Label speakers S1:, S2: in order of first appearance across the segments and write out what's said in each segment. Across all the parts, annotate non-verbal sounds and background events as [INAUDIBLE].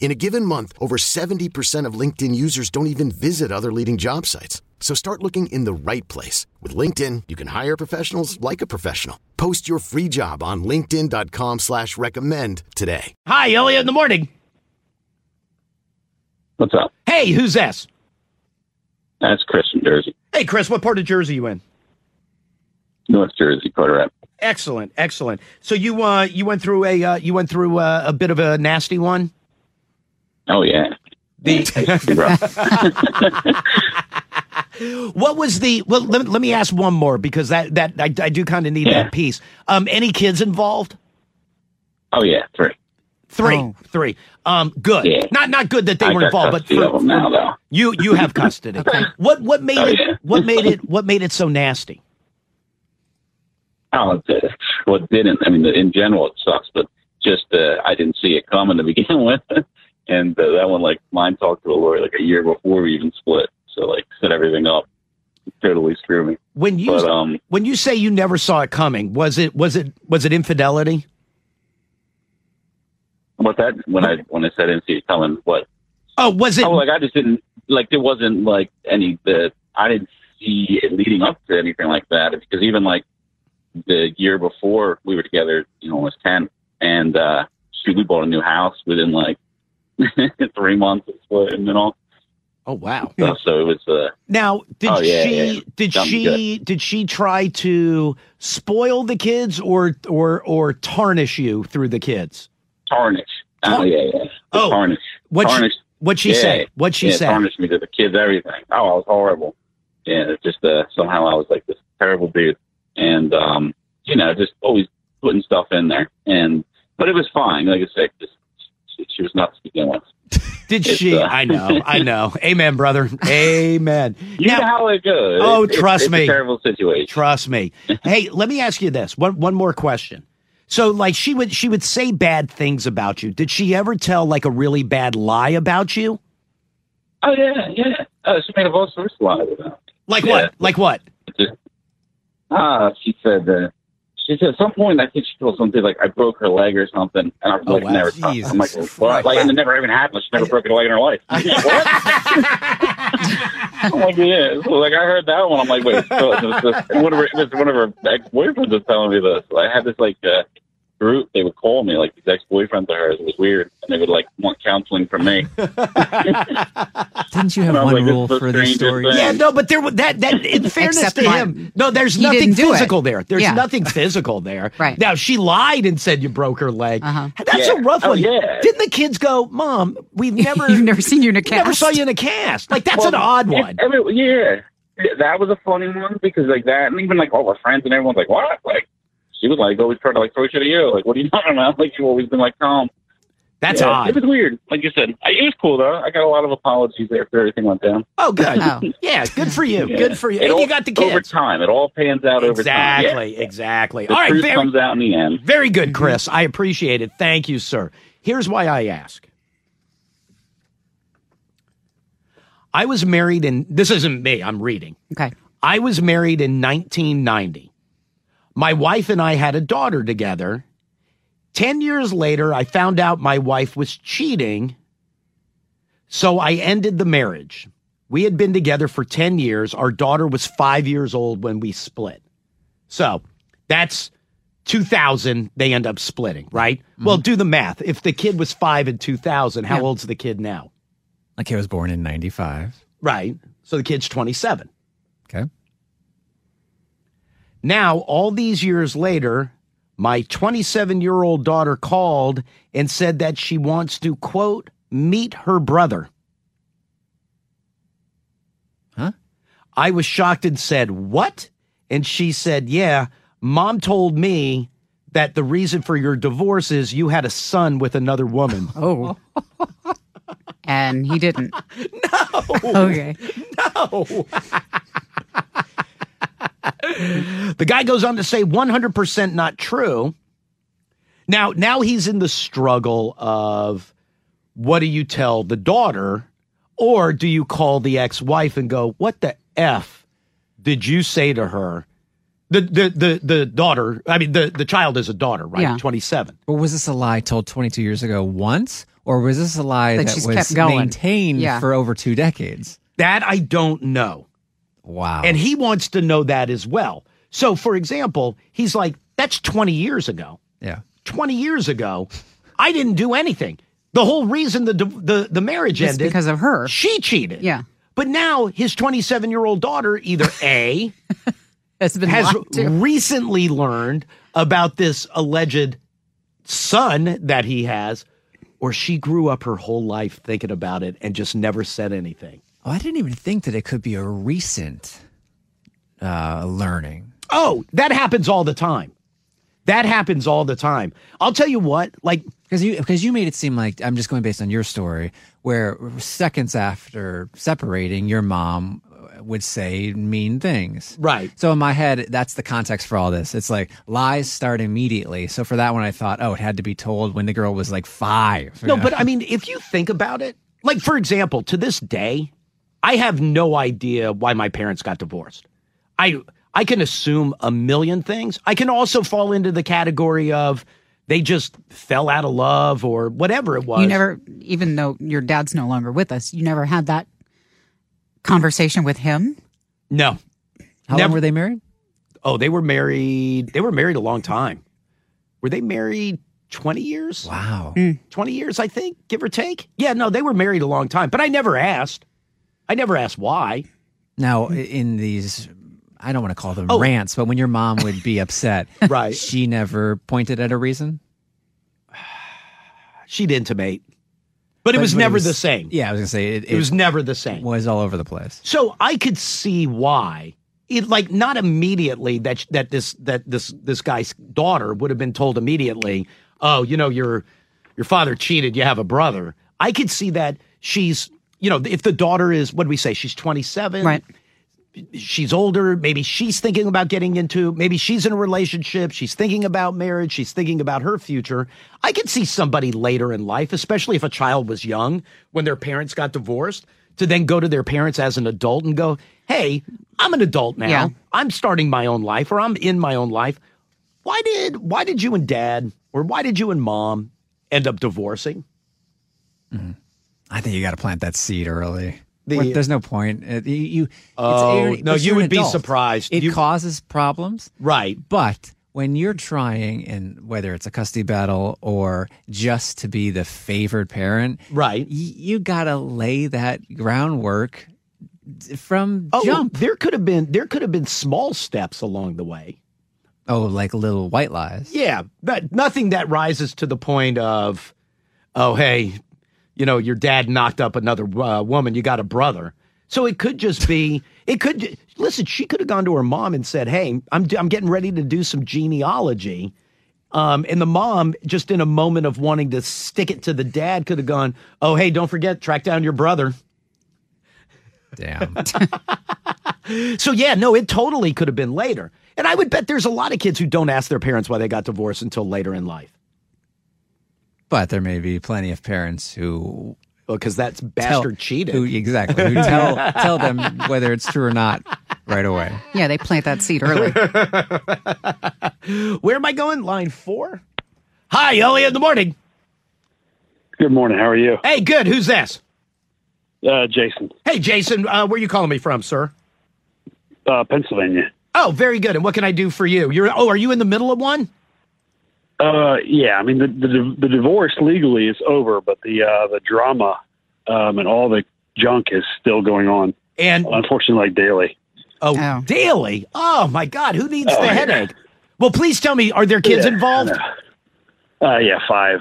S1: In a given month, over 70% of LinkedIn users don't even visit other leading job sites. So start looking in the right place. With LinkedIn, you can hire professionals like a professional. Post your free job on linkedin.com slash recommend today.
S2: Hi, Elliot in the morning.
S3: What's up?
S2: Hey, who's this?
S3: That's Chris from Jersey,
S2: Hey, Chris, what part of Jersey you in?
S3: North Jersey, quarterback.
S2: Excellent, excellent. So you uh you went through a uh, you went through uh, a bit of a nasty one.
S3: Oh yeah,
S2: The [LAUGHS]
S3: Pretty rough.
S2: what was the well? Let, me- let me ask one more because that that I, I do kind of need
S3: Yeah.
S2: that piece. Um, any kids involved?
S3: oh yeah, three.
S2: Three, three. Um, good.
S3: Oh. Yeah.
S2: Not not good that they
S3: I
S2: were
S3: got
S2: involved, but
S3: custody
S2: for-
S3: of them now though.
S2: you you have
S3: [LAUGHS]
S2: custody. What what made
S3: Oh,
S2: it
S3: yeah.
S2: what made it what made it so nasty?
S3: Oh, it, did- well, it didn't. I mean, in general, it sucks, but just uh, I didn't see it coming to begin [LAUGHS] with, and uh, that one, like mine, talked to a lawyer like a year before we even split, so like set everything up. Totally screwed me.
S2: When you
S3: But um,
S2: when you say you never saw it coming, was it was it was it infidelity?
S3: what that when I when I said into coming, what
S2: Oh, was it?
S3: Oh, like I just didn't like there wasn't like any the I didn't see it leading up to anything like that because even like the year before we were together, you know, when I was ten, and uh, shoot, we bought a new house within like [LAUGHS] three months of splitting and all
S2: oh wow.
S3: stuff. So it was uh,
S2: Now, did
S3: Oh, yeah,
S2: she
S3: yeah.
S2: did
S3: Something
S2: she did she try to spoil the kids or or or tarnish you through the kids?
S3: tarnish. Oh yeah, yeah. The
S2: Oh,
S3: tarnish.
S2: What she
S3: tarnish.
S2: what she
S3: Yeah,
S2: say? What she
S3: yeah,
S2: say?
S3: tarnished me to the kids, everything. Oh, I was horrible. Yeah, it's just uh, somehow I was like this terrible dude, and um, you know, just always putting stuff in there. And but it was fine. Like I said, just, she, she was nuts to begin with.
S2: Did
S3: it's,
S2: she?
S3: uh,
S2: I know, I
S3: [LAUGHS]
S2: know. Amen, brother. Amen.
S3: You
S2: Now-
S3: know how it goes.
S2: Oh,
S3: It's- it's-
S2: trust
S3: it's
S2: me.
S3: A terrible situation.
S2: Trust me. Hey, let me ask you this. One one more question. So like she would she would say bad things about you. Did she ever tell like a really bad lie about you?
S3: Oh yeah, yeah. Uh, she made up all sorts of lies about.
S2: Like
S3: Yeah.
S2: what? Like what?
S3: Ah, she said. Uh, she said at some point I think she told something like I broke her leg or something, and I was
S2: Oh,
S3: like
S2: wow.
S3: never.
S4: Jesus
S3: I'm like,
S4: Christ.
S3: what? Like, and it never even happened. She never broke a leg in
S2: [LAUGHS]
S3: her life. What? [LAUGHS] I'm like, yeah. So, like, I heard that one. I'm like, wait, so, it was this- one of her, it was one of her ex boyfriends was telling me this. I had this, like, uh, group. They would call me, like, these ex boyfriends of hers. It was weird. And they would, like, want counseling from me.
S4: Didn't you have
S3: Sounds
S4: one
S3: like it's
S4: rule
S3: the
S4: for this
S3: strangest
S4: story?
S3: thing.
S2: Yeah, no, but there wa- that that in fairness
S5: Except
S2: to
S5: mine.
S2: him, no, there's
S5: He
S2: nothing
S5: didn't do it.
S2: physical there. There's
S5: Yeah.
S2: nothing physical there.
S5: [LAUGHS] Right.
S2: now, she lied and said you broke her leg.
S4: [LAUGHS]
S5: Uh-huh.
S2: That's
S3: Yeah.
S2: a rough
S3: Oh,
S2: one.
S3: yeah.
S2: Didn't the kids go, Mom? We've never,
S5: You've never seen [LAUGHS] you in a
S2: we
S5: cast.
S2: never saw you in a cast. Like that's
S3: Well,
S2: an odd
S3: it- [LAUGHS]
S2: one.
S3: every- yeah. Yeah, That was a funny one because, like, that, and even, like, all our friends and everyone's like, what? Like, she was like, always trying to, like, throw shit at you. Like, what are you talking about? [LAUGHS] Like, you've always been, like, calm.
S2: That's
S3: Yeah, It
S2: odd.
S3: [LAUGHS] was weird. Like you said, I- it was cool, though. I got a lot of apologies after everything went down.
S2: Oh, good.
S5: Oh.
S2: Yeah, good for you.
S3: Yeah.
S2: Good for you.
S3: It
S2: And
S3: all-
S2: you got the
S3: Over
S2: kids.
S3: time, it all pans out over time. Yeah.
S2: Exactly. Exactly.
S3: The
S2: All right.
S3: truth
S2: Very,
S3: comes out in the end.
S2: very good, Chris. I appreciate it. Thank you, sir. Here's why I ask. I was married in, this isn't me, I'm reading.
S5: Okay.
S2: I was married in 1990. My wife and I had a daughter together. 10 years later, I found out my wife was cheating. So I ended the marriage. We had been together for 10 years. Our daughter was five years old when we split. So that's 2000. They end up splitting, right? Well, do the math. If the kid was five in 2000, how
S5: Yeah.
S2: old's the kid now?
S4: Like I was born in 95.
S2: Right. So the kid's 27.
S4: Okay.
S2: Now, all these years later, my 27 year old daughter called and said that she wants to, quote, meet her brother.
S4: Huh?
S2: I was shocked and said, What? And she said, Yeah, mom told me that the reason for your divorce is you had a son with another
S4: [LAUGHS]
S2: woman.
S5: Oh. and he didn't. No. [LAUGHS] Okay.
S2: [LAUGHS] The guy goes on to say 100% not true. Now, now he's in the struggle of what do you tell the daughter or do you call the ex-wife and go, "What the f did you say to her?" The the the, the daughter, I mean the the child is a daughter, right?
S5: Yeah.
S2: 27.
S4: But was this a lie told 22 years ago once, or was this a lie
S5: That
S4: that,
S5: she's
S4: was
S5: kept going.
S4: maintained
S5: Yeah.
S4: for over two decades?
S2: That I don't know.
S4: Wow.
S2: And he wants to know that as well. So, for example, he's like, "That's 20 years ago."
S4: yeah.
S2: 20 years ago, I didn't do anything. The whole reason the the, the marriage
S5: Just
S2: ended
S5: because of her.
S2: she cheated.
S5: Yeah.
S2: But now his 27 year old daughter either
S5: [LAUGHS]
S2: A
S5: That's been
S2: has
S5: lied to.
S2: recently learned about this alleged son that he has, or she grew up her whole life thinking about it and just never said anything.
S4: Oh, I didn't even think that it could be a recent uh, learning.
S2: Oh, that happens all the time. That happens all the time. I'll tell you what, like
S4: Because you because you made it seem like I'm just going based on your story, where seconds after separating, your mom uh, would say mean things.
S2: Right.
S4: So in my head, that's the context for all this. It's like lies start immediately. So for that one, I thought, oh, it had to be told when the girl was like five.
S2: No, but I mean, if you think about it, like for example, to this day, I have no idea why my parents got divorced. I I can assume a million things. I can also fall into the category of they just fell out of love or whatever it was.
S5: You never, even though your dad's no longer with us, you never had that conversation with him.
S2: No.
S4: how
S2: never-
S4: long were they married?
S2: Oh, they were married. They were married a long time. Were they married 20 years?
S4: Wow.
S2: 20 years, I think, give or take. Yeah, no, they were married a long time, but I never asked. I never asked why.
S4: Now, i- in these, I don't want to call them rants, but when your mom would be upset,
S2: Oh. [LAUGHS] Right.
S4: she never pointed at a reason.
S2: she'd intimate. But it was
S4: but
S2: never the same.
S4: Yeah, I was gonna say it,
S2: It was never the same.
S4: was all over the place.
S2: So I could see why it like not immediately that that this that this this guy's daughter would have been told immediately, "Oh, you know your your father cheated, you have a brother." I could see that she's, you know, if the daughter is what do we say, she's 27,
S5: Right.
S2: she's older. Maybe she's thinking about getting into, maybe she's in a relationship. She's thinking about marriage. She's thinking about her future. I could see somebody later in life, especially if a child was young when their parents got divorced, to then go to their parents as an adult and go, Hey, I'm an adult now.
S5: Yeah.
S2: I'm starting my own life or I'm in my own life. Why did, why did you and dad or why did you and mom end up divorcing?
S4: I think you got to plant that seed early.
S2: The-
S4: What- there's no point. It- you, you- it's
S2: Oh,
S4: irony-
S2: no,
S4: but
S2: you
S4: you're an
S2: would be
S4: adult.
S2: surprised.
S4: It
S2: You-
S4: causes problems,
S2: Right.
S4: but when you're trying, and whether it's a custody battle or just to be the favored parent,
S2: Right.
S4: y- you got to lay that groundwork d- from
S2: Oh,
S4: jump.
S2: there could have been, there could have been small steps along the way.
S4: Oh, like little white lies.
S2: Yeah, but nothing that rises to the point of, oh hey, you know your dad knocked up another uh, woman. You got a brother, so it could just be. It could listen. She could have gone to her mom and said, "Hey, I'm I'm getting ready to do some genealogy." Um, and the mom, just in a moment of wanting to stick it to the dad, could have gone, "Oh, hey, don't forget, track down your brother."
S4: Damn. [LAUGHS]
S2: So yeah, no, it totally could have been later. And I would bet there's a lot of kids who don't ask their parents why they got divorced until later in life.
S4: but there may be plenty of parents who
S2: because that's
S4: tell-
S2: bastard cheating.
S4: Who, exactly. Who tell
S2: [LAUGHS]
S4: tell them whether it's true or not right away.
S5: Yeah, they plant that
S2: [LAUGHS]
S5: seed early.
S2: Where am I going? Line four. Hi, Elliot. in the morning.
S3: Good morning. How are you?
S2: Hey, good. Who's this?
S3: Uh, Jason,
S2: Hey, Jason. Uh, where are you calling me from, sir?
S3: uh, Pennsylvania.
S2: Oh, very good. And what can I do for you? You're. Oh, are you in the middle of one?
S3: Uh, yeah, I mean the, the the divorce legally is over, but the uh, the drama um, and all the junk is still going on.
S2: And
S3: Unfortunately, like daily.
S2: oh,
S5: Oh.
S2: daily. Oh my God. Who needs the headache? Well, please tell me, are there kids
S6: Yeah.
S2: involved?
S6: Uh, yeah, five.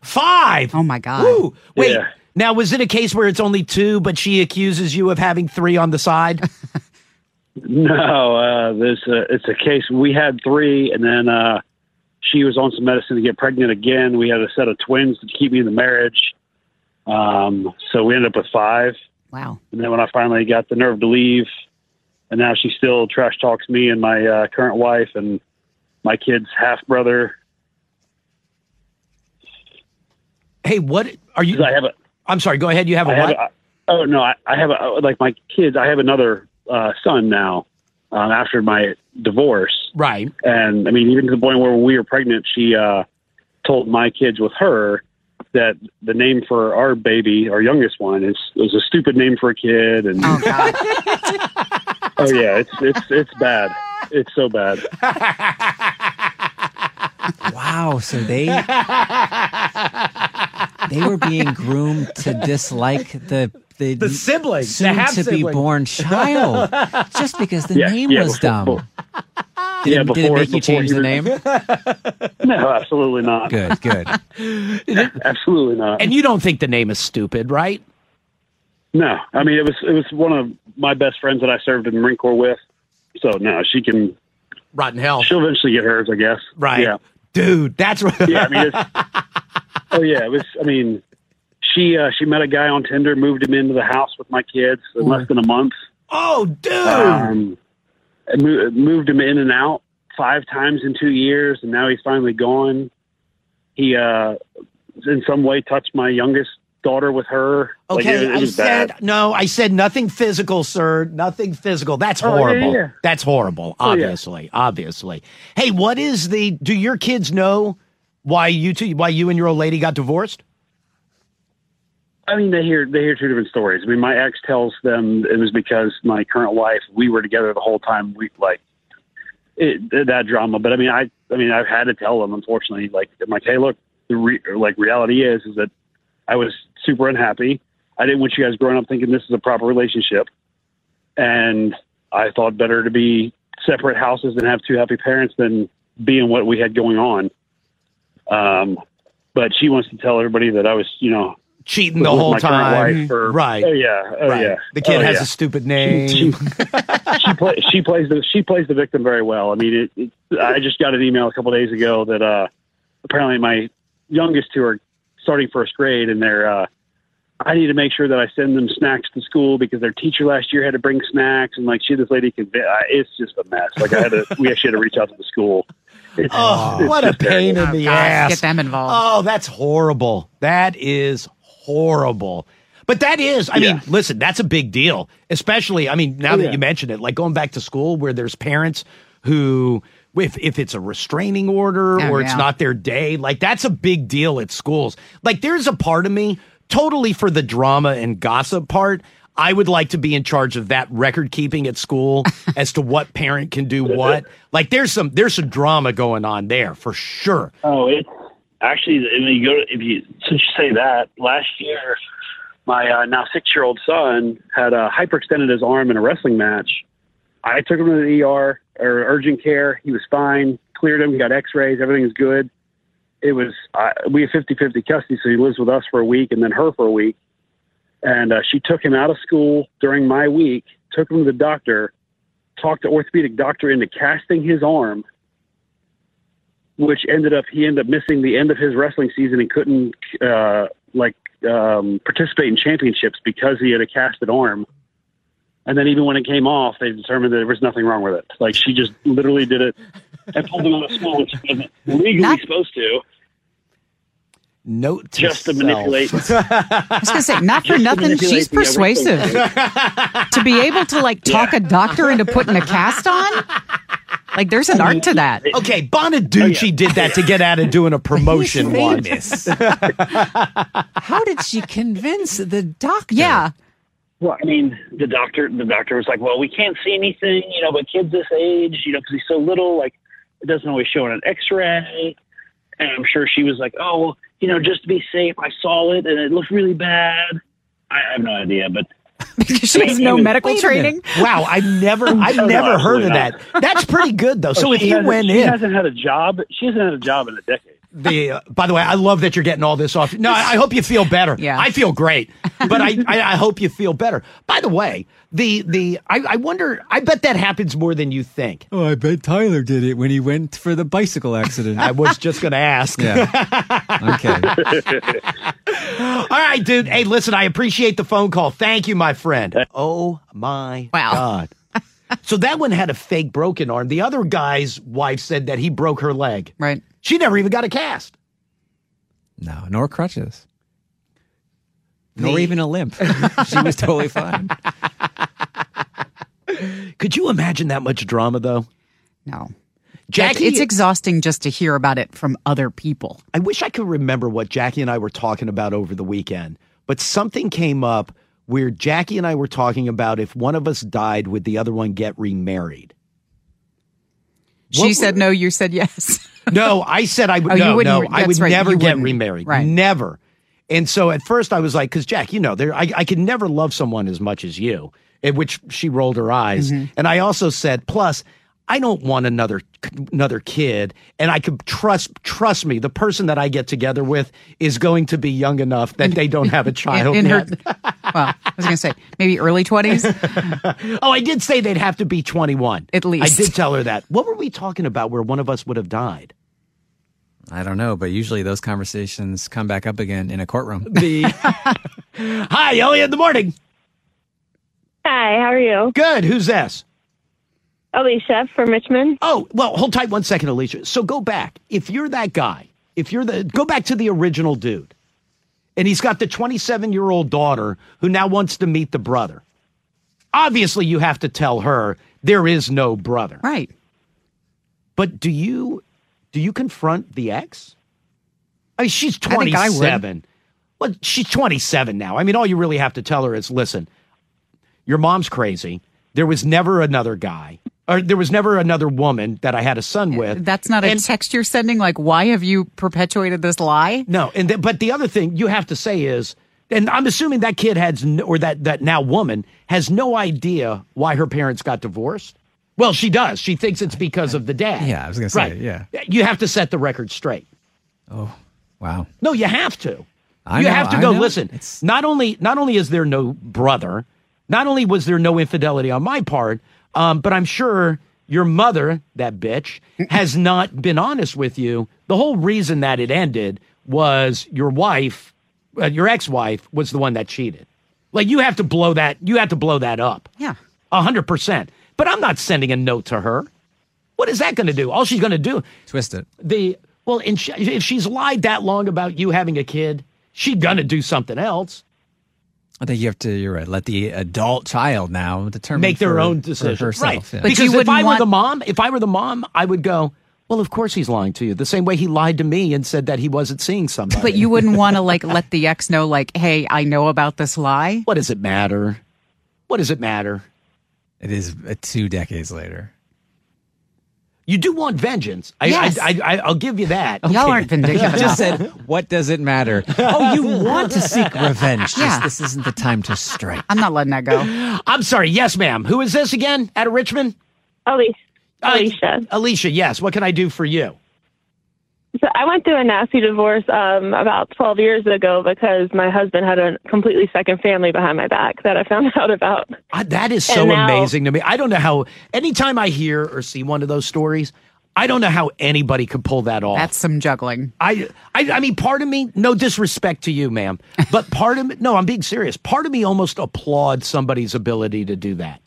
S2: Five.
S5: Oh my God.
S2: Woo. Wait.
S6: Yeah.
S2: Now, was it a case where it's only two, but she accuses you of having three on the side?
S6: No, uh, this uh, it's a case. We had three, and then uh, she was on some medicine to get pregnant again. We had a set of twins to keep me in the marriage, um, so we ended up with five.
S5: Wow.
S6: And then when I finally got the nerve to leave, and now she still trash talks me and my uh, current wife and my kid's half brother.
S2: hey, what are you?
S6: I have a,
S2: I'm sorry. Go ahead. You have a
S6: I have
S2: what?
S6: a, oh no, I, I have a, like my kids. I have another uh, son now um, after my divorce.
S2: right.
S6: and I mean, even to the point where we were pregnant, she uh, told my kids with her that the name for our baby, our youngest one, is was a stupid name for a kid, and
S5: Oh
S2: [LAUGHS]
S5: God.
S6: oh yeah, it's it's it's bad. It's so bad.
S4: Wow. So they they were being groomed to dislike the the,
S2: The sibling, the
S4: soon to be
S2: half-sibling.
S4: born child just because the
S6: [LAUGHS] Yeah,
S4: name
S6: yeah,
S4: was
S6: before-
S4: dumb.
S6: before-
S4: did,
S6: yeah,
S4: it- did
S6: before-
S4: it make you
S6: before
S4: change
S6: you
S4: the
S6: were-
S4: name?
S6: [LAUGHS] No, Oh, absolutely not.
S4: Good, good.
S6: Absolutely not.
S2: And you don't think the name is stupid, right?
S6: No, I mean it was it was one of my best friends that I served in the Marine Corps with. So no, she can
S2: Rotten hell.
S6: she'll eventually get hers, I guess.
S2: Right.
S6: Yeah.
S2: Dude, that's right.
S6: yeah, I mean, it's, oh yeah, it was. I mean, she uh, she met a guy on Tinder, moved him into the house with my kids in less than a month.
S2: [LAUGHS] Oh, dude.
S6: Um, and mo- moved him in and out five times in two years, and now he's finally gone. He uh, in some way touched my youngest daughter with her. Like,
S2: Okay,
S6: it, it
S2: I
S6: was
S2: said
S6: bad.
S2: no. I said nothing physical, sir. Nothing physical. That's
S6: Oh, yeah,
S2: horrible.
S6: yeah. Oh,
S2: That's horrible.
S6: yeah.
S2: Obviously, obviously. Hey, what is the? Do your kids know why you two, why you and your old lady got divorced?
S6: I mean, they hear they hear two different stories. I mean, my ex tells them it was because my current wife. We were together the whole time. We like it, th- that drama. But I mean, I I mean, I've had to tell them. Unfortunately, like I'm like, hey, look, the re- or, like reality is is that I was super unhappy. I didn't want you guys growing up thinking this is a proper relationship, and I thought better to be separate houses than have two happy parents than being what we had going on. Um, but she wants to tell everybody that I was, you know,
S2: Cheating the
S6: with
S2: whole
S6: my current
S2: time.
S6: wife for-
S2: right.
S6: Oh yeah. Oh
S2: right.
S6: yeah.
S2: The kid
S6: Oh,
S2: has
S6: yeah.
S2: a stupid name.
S6: She, she, play, she plays the she plays the victim very well. I mean, it, it, I just got an email a couple days ago that uh, apparently my youngest two are starting first grade, and they're uh, I need to make sure that I send them snacks to school because their teacher last year had to bring snacks, and like she this lady could I- it's just a mess. Like I had to we actually had to reach out to the school. [LAUGHS] It's,
S2: oh,
S6: it's
S2: what a
S6: just terrible.
S2: pain in
S5: Oh,
S2: the
S5: God,
S2: ass.
S5: Get them involved.
S2: Oh, that's horrible. That is horrible. But that is, I mean, listen, that's a big deal. Especially, I mean, now that you mention it, like going back to school where there's parents who if if it's a restraining order
S5: Oh,
S2: or it's
S5: yeah.
S2: not their day, like that's a big deal at schools. Like there's a part of me totally for the drama and gossip part. I would like to be in charge of that record keeping at
S5: [LAUGHS]
S2: school as to what parent can do what. Like there's some there's some drama going on there for sure.
S6: Oh, it actually. I mean, you go if you since you say that. Last year, my uh, now six-year-old son had uh, hyperextended his arm in a wrestling match. I took him to the ER or urgent care. He was fine. Cleared him. Got X-rays. Everything was good. It was uh, we have 50-50 custody, so he lives with us for a week and then her for a week. And uh, she took him out of school during my week. Took him to the doctor. Talked the orthopedic doctor into casting his arm which ended up he ended up missing the end of his wrestling season and couldn't uh, like um, participate in championships because he had a casted arm. And then even when it came off, they determined that there was nothing wrong with it. Like she just literally did it and pulled him out of school, which she wasn't legally
S5: Not-
S6: supposed to,
S2: Note to
S6: just to
S2: self.
S5: [LAUGHS]
S6: manipulate.
S5: I was gonna say, not for nothing.
S6: manipulate
S5: She's
S6: the other
S3: [LAUGHS]
S5: persuasive. to be able to like talk a doctor into putting a cast on, like there's an art to that.
S2: Okay,
S6: Oh,
S2: Bonaducci did that to get out of
S5: [LAUGHS]
S2: doing a promotion once.
S4: How did she convince the doctor?
S5: Yeah.
S6: Well, I mean, the doctor, the doctor was like, "Well, we can't see anything, you know, but kids this age, you know, because he's so little, like it doesn't always show on an X-ray." And I'm sure she was like, "Oh, well, you know, just to be safe, I saw it and it looked really bad." I have no idea, but
S5: [LAUGHS] because she has no
S6: Wait a
S5: medical
S2: Wait a
S5: training.
S2: minute. Wow, I've never, I've never heard of that. That's pretty good though. So
S6: [LAUGHS] Oh,
S2: if
S6: she
S2: you
S6: hasn't-
S2: went
S6: she
S2: in,
S6: hasn't had a job. She hasn't had a job in a decade.
S2: the uh, by the way, I love that you're getting all this off. No, I, I hope you feel better.
S5: Yeah.
S2: I feel great, but
S5: [LAUGHS]
S2: I, I I hope you feel better. By the way, the the I, I wonder. I bet that happens more than you think.
S4: Oh, I bet Tyler did it when he went for the bicycle accident.
S2: I
S5: [LAUGHS]
S2: was just going to ask.
S4: yeah. Okay.
S2: All right, dude. Hey, listen, I appreciate the phone call. Thank you, my friend. Oh my
S5: Wow.
S2: God. so that one had a fake broken arm. The other guy's wife said that he broke her leg.
S5: Right.
S2: She never even got a cast.
S4: No, nor crutches. Nor
S2: The-
S4: even a limp. she was totally fine.
S2: Could you imagine that much drama though?
S5: No.
S2: Jackie
S5: it's exhausting just to hear about it from other people.
S2: I wish I could remember what Jackie and I were talking about over the weekend, but something came up where Jackie and I were talking about if one of us died, would the other one get remarried?
S5: She said no, you said yes.
S2: No, I said I would.
S5: Oh, you
S2: no,
S5: wouldn't
S2: no,
S5: re-
S2: I
S5: that's
S2: would
S5: right,
S2: never
S5: you
S2: get
S5: wouldn't.
S2: remarried.
S5: Right.
S2: Never. And so at first I was like, because Jack, you know, there I, I could never love someone as much as you. At which she rolled her eyes.
S5: Mm-hmm.
S2: And I also said, plus, I don't want another another kid. And I could trust trust me, the person that I get together with is going to be young enough that they don't have a child
S5: [LAUGHS] in her,
S2: yet.
S5: [LAUGHS] well, I was going to say maybe early 20s.
S2: Oh, I did say they'd have to be 21.
S5: At least.
S2: I did tell her that. What were we talking about where one of us would have died?
S4: I don't know, but usually those conversations come back up again in
S2: [LAUGHS]
S4: a courtroom.
S2: The Hi, Elliot in the morning.
S7: Hi, how are you?
S2: Good. Who's this?
S7: Alicia from Richmond.
S2: Oh, well, hold tight one second, Alicia. So go back. If you're that guy, if you're the go back to the original dude. And he's got the 27-year-old daughter who now wants to meet the brother. Obviously, you have to tell her there is no brother.
S5: Right.
S2: But do you do you confront the ex? I mean, she's
S5: I think I would.
S2: 27. Well, she's 27 now. I mean, all you really have to tell her is, listen, your mom's crazy. There was never another guy, or there was never another woman that I had a son with.
S5: That's not a
S2: And-
S5: text you're sending. Like, why have you perpetuated this lie?
S2: no. And th- but the other thing you have to say is, and I'm assuming that kid has, n- or that that now woman has no idea why her parents got divorced. Well, she does. She thinks it's because of the dad.
S4: Yeah, I was gonna say,
S2: Right.
S4: yeah.
S2: You have to set the record straight.
S4: Wow.
S2: No, you have to.
S4: I
S2: you
S4: know,
S2: have to
S4: I
S2: go.
S4: know.
S2: Listen,
S4: It's-
S2: not only not only is there no brother, not only was there no infidelity on my part, um, but I'm sure your mother, that bitch, has not been honest with you. The whole reason that it ended was your wife, uh, your ex-wife, was the one that cheated. Like you have to blow that. You have to blow that up.
S5: Yeah.
S2: a hundred percent. But I'm not sending a note to her. What is that going to do? All she's going to do
S4: Twist it.
S2: the well, and she, if she's lied that long about you having a kid, she gonna do something else.
S4: I think you have to. You're right. Let the adult child now determine
S2: Make their
S4: for-
S2: own
S4: for
S2: decision,
S4: herself,
S2: right?
S4: yeah.
S5: But you
S2: Because if
S5: wouldn't
S2: I were the
S5: want-
S2: mom, if I were the mom, I would go. Well, of course he's lying to you. The same way he lied to me and said that he wasn't seeing somebody.
S5: But you wouldn't want to like let the ex know, like, hey, I know about this lie.
S2: what does it matter? What does it matter?
S4: It is uh, two decades
S2: [LAUGHS]
S4: later.
S2: You do want vengeance. I,
S5: Yes.
S2: I, I, I, I'll give you that.
S5: Y'all aren't vindictive
S4: [LAUGHS] You
S5: enough.
S4: just said, "What does it matter?"
S2: [LAUGHS]
S4: Oh, you want to seek revenge? Just,
S5: Yeah.
S4: This isn't the time to strike.
S5: I'm not letting that go.
S2: I'm sorry. Yes, ma'am. Who is this again? Out of Richmond?
S7: Alicia.
S2: Uh,
S7: Alicia.
S2: Alicia, yes. What can I do for you?
S7: So I went through a nasty divorce um, about 12 years ago because my husband had a completely second family behind my back that I found [LAUGHS] out about.
S2: I, that is so
S7: And now-
S2: amazing to me. I don't know how. Anytime I hear or see one of those stories, I don't know how anybody could pull that off.
S5: That's some juggling.
S2: I, I, I mean, part of me, no disrespect to you, ma'am, but part of me, no, I'm being serious. Part of me almost applauds somebody's ability to do that.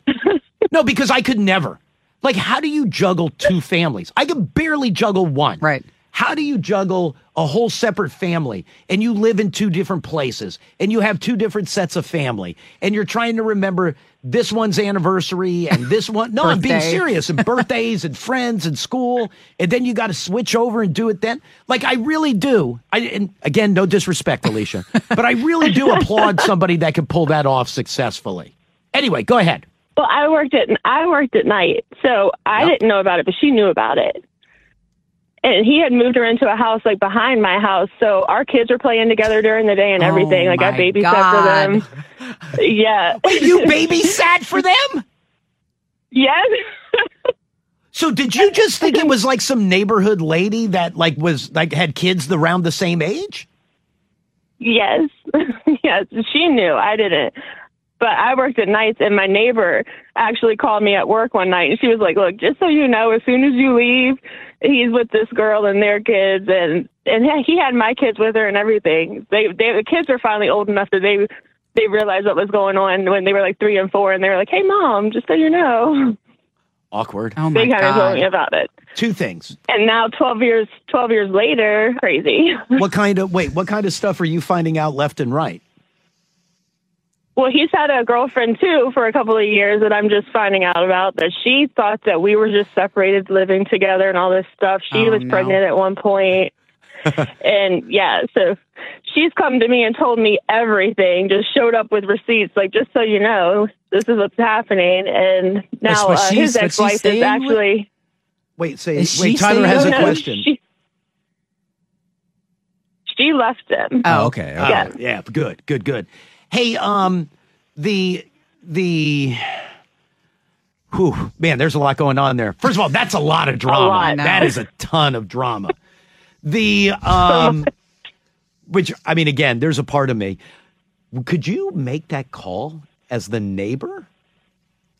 S2: no, because I could never. Like, how do you juggle two families? I can barely juggle one.
S5: Right.
S2: How do you juggle a whole separate family and you live in two different places and you have two different sets of family and you're trying to remember this one's anniversary and this one? No, Oh, I'm being
S5: Birthday.
S2: serious and birthdays and friends and school. And then you got to switch over and do it then. Like, I really do. I, and again, no disrespect, Alicia, but I really do applaud somebody that can pull that off successfully. Anyway, go ahead.
S7: Well, I worked at I worked at night, so I didn't know about it, but she knew about it. and he had moved her into a house like behind my house. So our kids were playing together during the day and
S4: Oh,
S7: everything. like I
S4: my
S7: babysat for them. Yeah.
S2: You [LAUGHS] babysat for them?
S7: [LAUGHS] yes.
S2: So did you just think it was like some neighborhood lady that like was like had kids around the same age?
S7: Yes. [LAUGHS] yes. She knew. I didn't. But I worked at nights, and my neighbor actually called me at work one night, and she was like, "Look, just so you know, as soon as you leave, he's with this girl and their kids, and and he had my kids with her and everything. They, they the kids were finally old enough that they they realized what was going on when they were like three and four, and they were like, "Hey, mom, just so you know, [LAUGHS]
S2: Awkward.
S4: Oh my
S7: they kind of told me
S4: god.
S7: about it."
S2: Two things.
S7: And now, twelve years twelve years later, crazy. [LAUGHS]
S2: What kind of wait, what kind of stuff are you finding out left and right?
S7: Well, he's had a girlfriend too for a couple of years that I'm just finding out about that she thought that we were just separated living together and all this stuff. She
S4: Oh,
S7: was
S4: no.
S7: pregnant at one point.
S4: [LAUGHS]
S7: and yeah, so she's come to me and told me everything, just showed up with receipts, like, just so you know, this is what's happening. And now
S4: what
S7: uh,
S4: she's-
S7: his
S4: what she's
S7: ex wife
S4: staying
S7: is
S4: with?
S7: actually.
S2: Wait, say
S4: Is she
S2: wait, Tyler has a
S4: saying-
S7: [LAUGHS] No, no,
S2: question.
S7: She, she left him. [LAUGHS]
S4: Oh, okay.
S2: Oh,
S4: okay.
S7: Yeah.
S2: yeah, good, good, good. Hey, um, the the, whew, man, there's a lot going on there. First of all, that's a lot of drama.
S7: lot. I
S4: know.
S2: That is a ton of drama. the um, which I mean, again, there's a part of me. Could you make that call as the neighbor?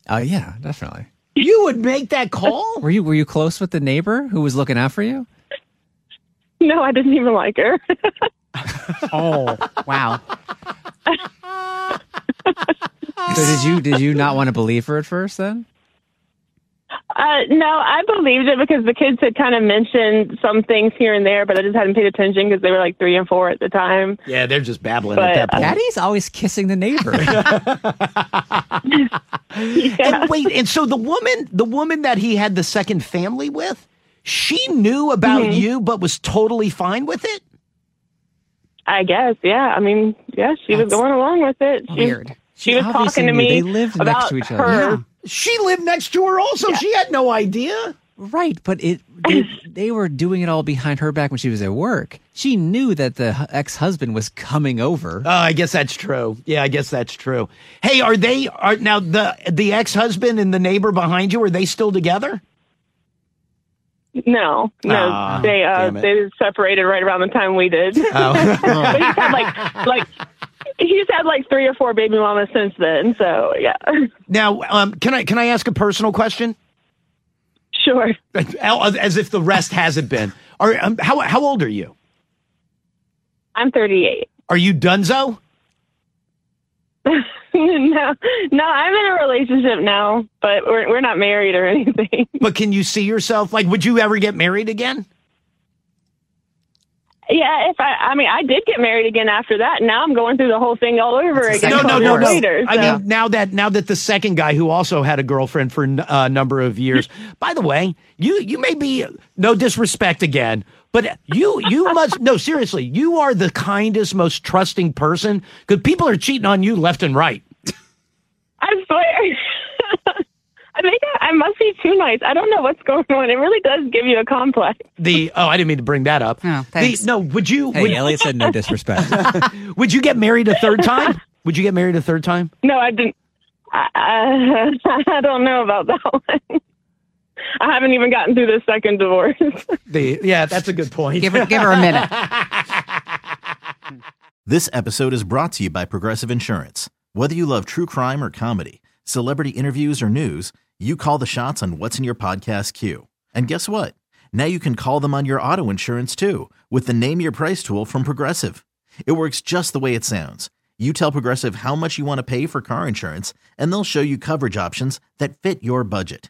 S4: Oh yeah, definitely.
S2: You would make that call.
S7: [LAUGHS]
S4: Were you were you close with the neighbor who was looking out for you?
S7: No, I didn't even like her.
S4: Oh wow. so did you did you not want to believe her at first then?
S7: Uh, no, I believed it because the kids had kind of mentioned some things here and there, but I just hadn't paid attention because they were like three and four at the time.
S2: Yeah, they're just babbling
S7: But,
S2: at that point.
S4: Daddy's always kissing the neighbor.
S2: [LAUGHS] And wait, and so the woman, the woman that he had the second family with, she knew about you but was totally fine with it?
S7: I guess, yeah. I mean, yeah, she was
S5: That's
S7: going along with it. She,
S5: Weird.
S7: She, was
S4: obviously
S7: talking to
S4: knew. They
S7: me.
S4: lived
S7: about
S4: next to each other.
S7: Her.
S4: Yeah.
S2: She lived next to her also. She had no idea.
S4: Right, but it they,
S7: [CLEARS THROAT]
S4: they were doing it all behind her back when she was at work. She knew that the ex husband was coming over.
S2: Oh, I guess that's true. Yeah, I guess that's true. Hey, are they are now the the ex-husband and the neighbor behind you, are they still [LAUGHS] together?
S7: No, no,
S2: Ah,
S7: they uh,
S2: damn it.
S7: they separated right around the time we
S2: [LAUGHS]
S7: did.
S2: Oh.
S7: [LAUGHS] but he's had like like he's had like three or four baby mamas since then. So yeah, [LAUGHS]
S2: now, um, can I can I ask a personal question?
S7: sure.
S2: As if the rest hasn't been. Are um, how how old are you?
S7: I'm 38.
S2: Are you Dunzo?
S7: [LAUGHS] no, no, I'm in a relationship now, but we're we're not married or anything.
S2: But can you see yourself like would you ever get married again?
S7: yeah, if I, I mean, I did get married again after that. Now I'm going through the whole thing all over
S4: That's the
S7: again.
S4: second
S2: no, no,
S7: twelve
S2: no,
S7: years
S2: no.
S7: Later, so.
S2: I mean, now that now that the second guy who also had a girlfriend for n- a number of years. By the way, you you may be no disrespect again, but you you must no seriously. You are the kindest, most trusting person because people are cheating on you left and right.
S7: I swear. [LAUGHS] I think I, I must be too nice. I don't know what's going on. It really does give you a complex.
S2: The oh, I didn't mean to bring that up. the,
S4: Oh, thanks.
S2: no, would you
S4: hey,
S2: would,
S4: Elliot said no disrespect.
S2: would you get married a third time? would you get married a third time?
S7: No, I didn't. I, I, I [LAUGHS] don't know about that one. I haven't even gotten through the second divorce.
S2: The yeah, that's a good point.
S5: Give her, give her a minute.
S8: This episode is brought to you by Progressive Insurance. Whether you love true crime or comedy, celebrity interviews or news, you call the shots on what's in your podcast queue. And guess what? Now you can call them on your auto insurance too with the Name Your Price tool from Progressive. It works just the way it sounds. You tell Progressive how much you want to pay for car insurance, and they'll show you coverage options that fit your budget.